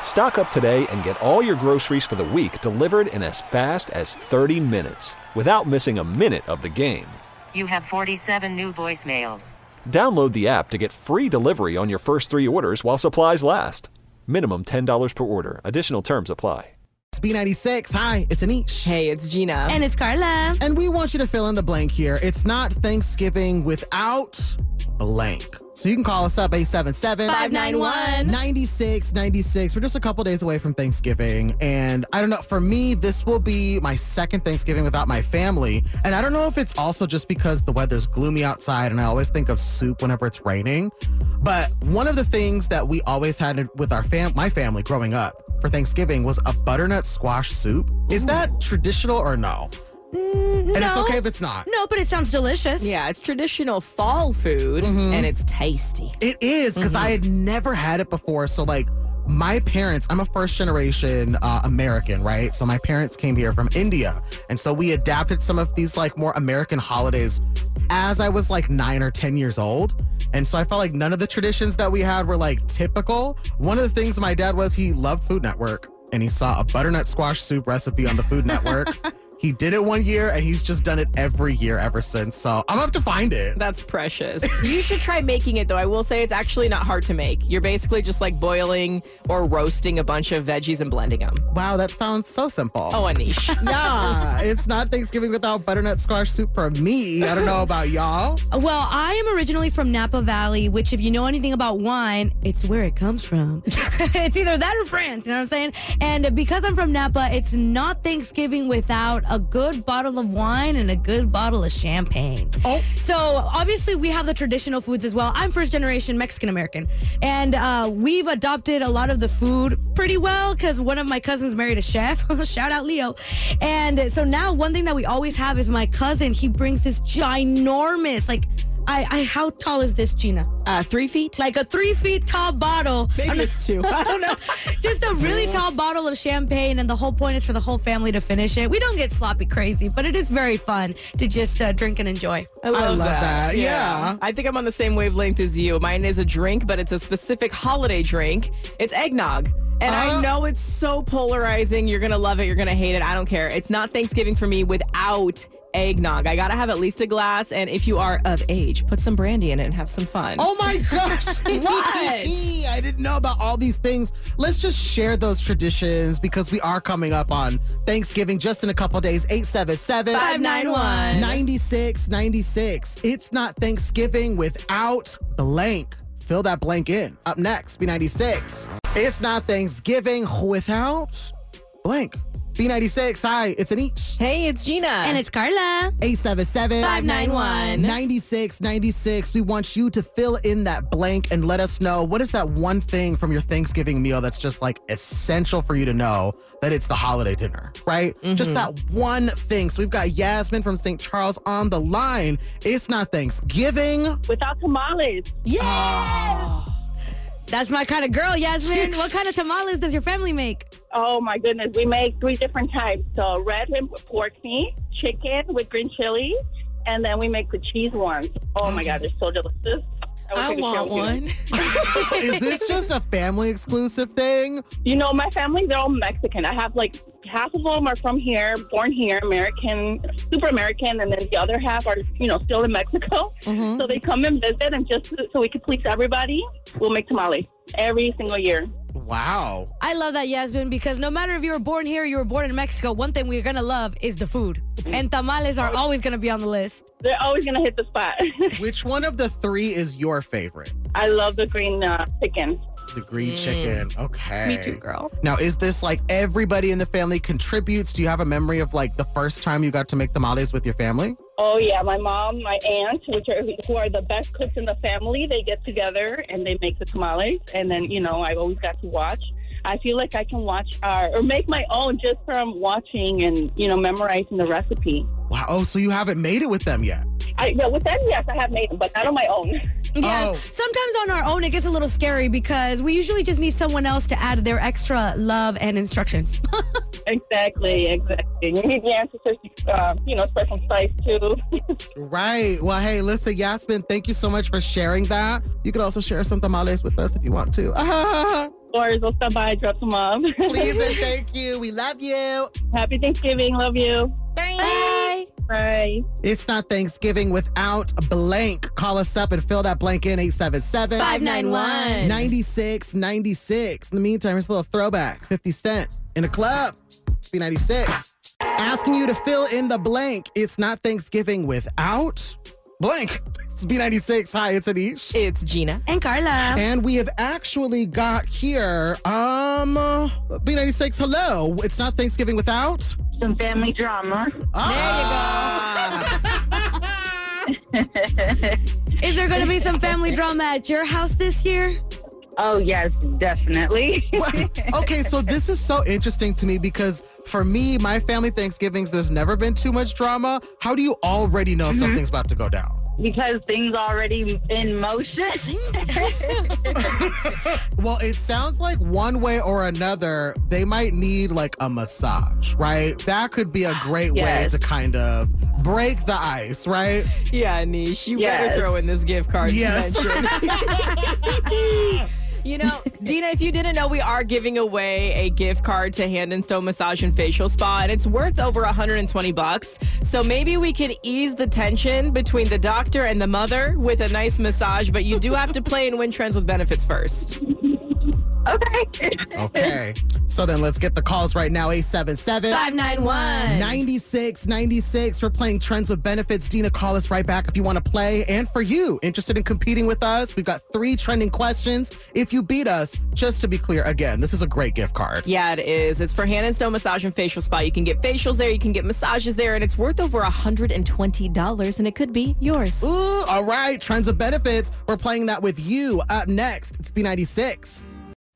Stock up today and get all your groceries for the week delivered in as fast as 30 minutes without missing a minute of the game. You have 47 new voicemails. Download the app to get free delivery on your first three orders while supplies last. Minimum $10 per order. Additional terms apply. It's B96. Hi, it's Anish. Hey, it's Gina. And it's Carla. And we want you to fill in the blank here. It's not Thanksgiving without blank. So you can call us up 877 591. 96 96. We're just a couple days away from Thanksgiving. And I don't know, for me, this will be my second Thanksgiving without my family. And I don't know if it's also just because the weather's gloomy outside and I always think of soup whenever it's raining. But one of the things that we always had with our fam my family growing up for Thanksgiving was a butternut squash soup. Is that traditional or no? And it's no. okay if it's not. No, but it sounds delicious. Yeah, it's Mm-hmm. traditional fall food and it's tasty. It is because I had never had it before. So like my parents, I'm a first generation uh, American, right? So my parents came here from India, and so we adapted some of these like more American holidays as I was like nine or ten years old. And so I felt like none of the traditions that we had were like typical. One of the things my dad was he loved Food Network, and he saw a butternut squash soup recipe on the Food Network. He did it one year and he's just done it every year ever since. So I'm gonna have to find it. That's precious. you should try making it though. I will say it's actually not hard to make. You're basically just like boiling or roasting a bunch of veggies and blending them. Wow, that sounds so simple. Oh, Anish. yeah, it's not Thanksgiving without butternut squash soup for me. I don't know about y'all. Well, I am originally from Napa Valley, which, if you know anything about wine, it's where it comes from. it's either that or France, you know what I'm saying? And because I'm from Napa, it's not Thanksgiving without a good bottle of wine and a good bottle of champagne. Oh. So, obviously, we have the traditional foods as well. I'm first generation Mexican American, and uh, we've adopted a lot of the food pretty well because one of my cousins married a chef. Shout out Leo. And so now, one thing that we always have is my cousin, he brings this ginormous, like, I, I how tall is this, Gina? Uh, three feet? Like a three feet tall bottle. Maybe it's two. I don't know. Just a really tall bottle of champagne, and the whole point is for the whole family to finish it. We don't get sloppy crazy, but it is very fun to just uh, drink and enjoy. I love, love that. Yeah. I think I'm on the same wavelength as you. Mine is a drink, but it's a specific holiday drink. It's eggnog. And Uh. I know it's so polarizing. You're going to love it. You're going to hate it. I don't care. It's not Thanksgiving for me without eggnog. I got to have at least a glass. And if you are of age, put some brandy in it and have some fun. Oh my gosh. I didn't know about all these things. Let's just share those traditions because we are coming up on Thanksgiving just in a couple days. 877 591. 96 96. It's not Thanksgiving without blank. Fill that blank in. Up next, B96. It's not Thanksgiving without blank. B96. Hi, it's an each. Hey, it's Gina. And it's Carla. 877 591. 96 96. We want you to fill in that blank and let us know what is that one thing from your Thanksgiving meal that's just like essential for you to know that it's the holiday dinner, right? Just that one thing. So we've got Yasmin from St. Charles on the line. It's not Thanksgiving. without tamales. Yes! That's my kind of girl, Yasmin. what kind of tamales does your family make? Oh my goodness, we make three different types: so red and pork meat, chicken with green chili, and then we make the cheese ones. Oh my god, they're so delicious. wish I could share want with you. one. is this just a family exclusive thing? You know, my family, they're all Mexican. I have like half of them are from here, born here, American, super American, and then the other half are, you know, still in Mexico. Mm-hmm. So they come and visit, and just so we can please everybody, we'll make tamales every single year. Wow. I love that, Yasmin, because no matter if you were born here or you were born in Mexico, one thing we're going to love is the food. And tamales are always going to be on the list. They're always going to hit the spot. Which one of the three is your favorite? I love the green uh, chicken. The green Mm. chicken. Okay. Me too, girl. Now, is this like everybody in the family contributes? Do you have a memory of like the first time you got to make tamales with your family? Oh yeah, my mom, my aunt, which are who are the best cooks in the family, they get together and they make the tamales, and then you know I've always got to watch. I feel like I can watch uh, or make my own just from watching and you know memorizing the recipe. Wow. Oh, so you haven't made it with them yet? I yeah, with them, yes, I have made them, but not on my own. Yes. Oh. Sometimes on our own, it gets a little scary because we usually just need someone else to add their extra love and instructions. exactly, exactly. You need the ancestors, uh, you know, spread some spice too. Right. Well, hey, listen, Yasmin, thank you so much for sharing that. You could also share some tamales with us if you want to. Or they'll stop by, drop them off. Please and thank you. We love you. Happy Thanksgiving. Love you. Bye. Bye. It's not Thanksgiving without blank. Call us up and fill that blank in 877 591. 96 96. In the meantime, here's a little throwback 50 Cent in a club. b 96. Asking you to fill in the blank. It's not Thanksgiving without blank. It's B96. Hi, it's Anish. It's Gina. And Carla. And we have actually got here, um, B96, hello. It's not Thanksgiving without. Some family drama. Ah. Is there going to be some family drama at your house this year? Oh yes, definitely. What? okay, so this is so interesting to me because for me, my family Thanksgivings, there's never been too much drama. How do you already know something's about to go down? because things already in motion. Well, it sounds like one way or another, they might need like a massage, right? That could be a great Yes. way to kind of break the ice, right? Yeah, Nish, you Yes. better throw in this gift card. you Yes. mentioned. You know, Dina, if you didn't know, we are giving away a gift card to Hand and Stone Massage and Facial Spa, and it's worth over 120 bucks. So maybe we could ease the tension between the doctor and the mother with a nice massage, but you do have to play and win trends with benefits first. okay. Okay. so then let's get the calls right now 877 591. 96 96 for playing Trends with Benefits. Dina, call us right back if you want to play. And for you, interested in competing with us, we've got three trending questions. If you beat us, just to be clear, again, this is a great gift card. Yeah, it is. It's for Hand and Stone Massage and Facial Spa. You can get facials there, you can get massages there, and it's worth over $120, and it could be yours. Ooh, all right, Trends with Benefits. We're playing that with you up next. It's B96.